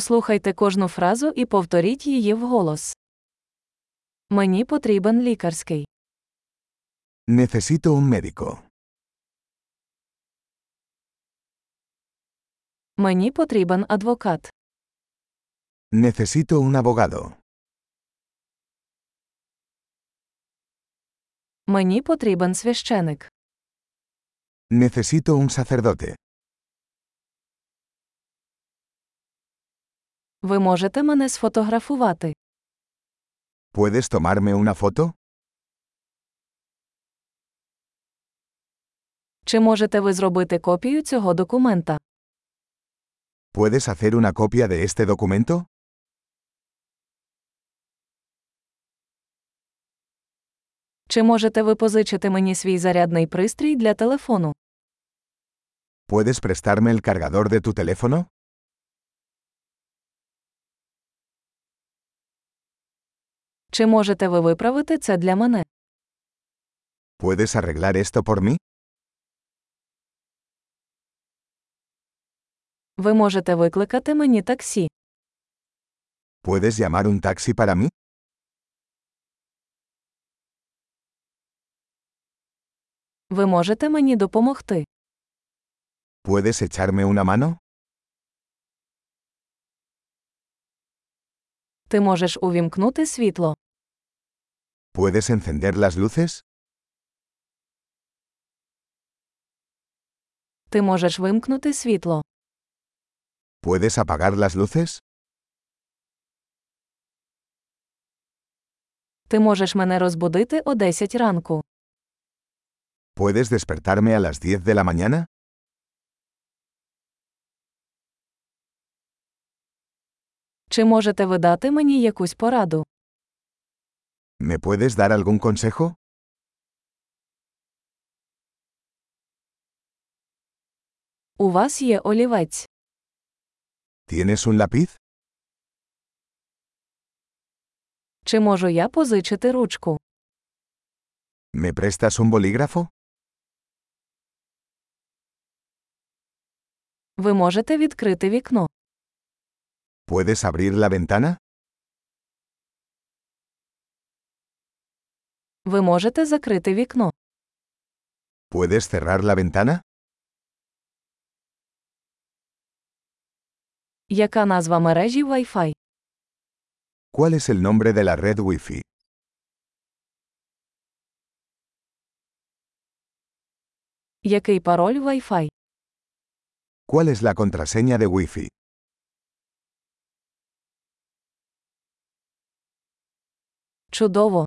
Послухайте кожну фразу і повторіть її вголос. Мені потрібен лікарський. Necesito un médico. Мені потрібен адвокат. Necesito un abogado. Мені потрібен священик. Necesito un sacerdote. Ви можете мене сфотографувати. ¿Puedes tomarme una foto? Чи можете ви зробити копію цього документа? ¿Puedes hacer una copia de este documento? Чи можете ви позичити мені свій зарядний пристрій для телефону? ¿Puedes prestarme el cargador de tu teléfono? Чи можете ви виправити це для мене? ¿Puedes arreglar esto por mí? Ви можете викликати мені таксі. ¿Puedes llamar un taxi para mí? Ви можете мені допомогти. ¿Puedes echarme una mano? Ти можеш увімкнути світло. ¿Puedes encender las luces? Ти можеш вимкнути світло. ¿Puedes apagar las luces? Ти можеш мене розбудити о 10 ранку. ¿Puedes despertarme a las 10 de la mañana? Чи можете ви дати мені якусь пораду? ¿Me puedes dar algún consejo? У вас є олівець. ¿Tienes un lápiz? Чи можу я позичити ручку? ¿Me prestas un bolígrafo? Ви можете відкрити вікно. ¿Puedes abrir la ventana? Ви можете закрити вікно. ¿Puedes cerrar la ventana? Яка назва мережі Wi-Fi? ¿Cuál es el nombre de la red Wi-Fi? Який пароль Wi-Fi? ¿Cuál es la contraseña de Wi-Fi? Чудово!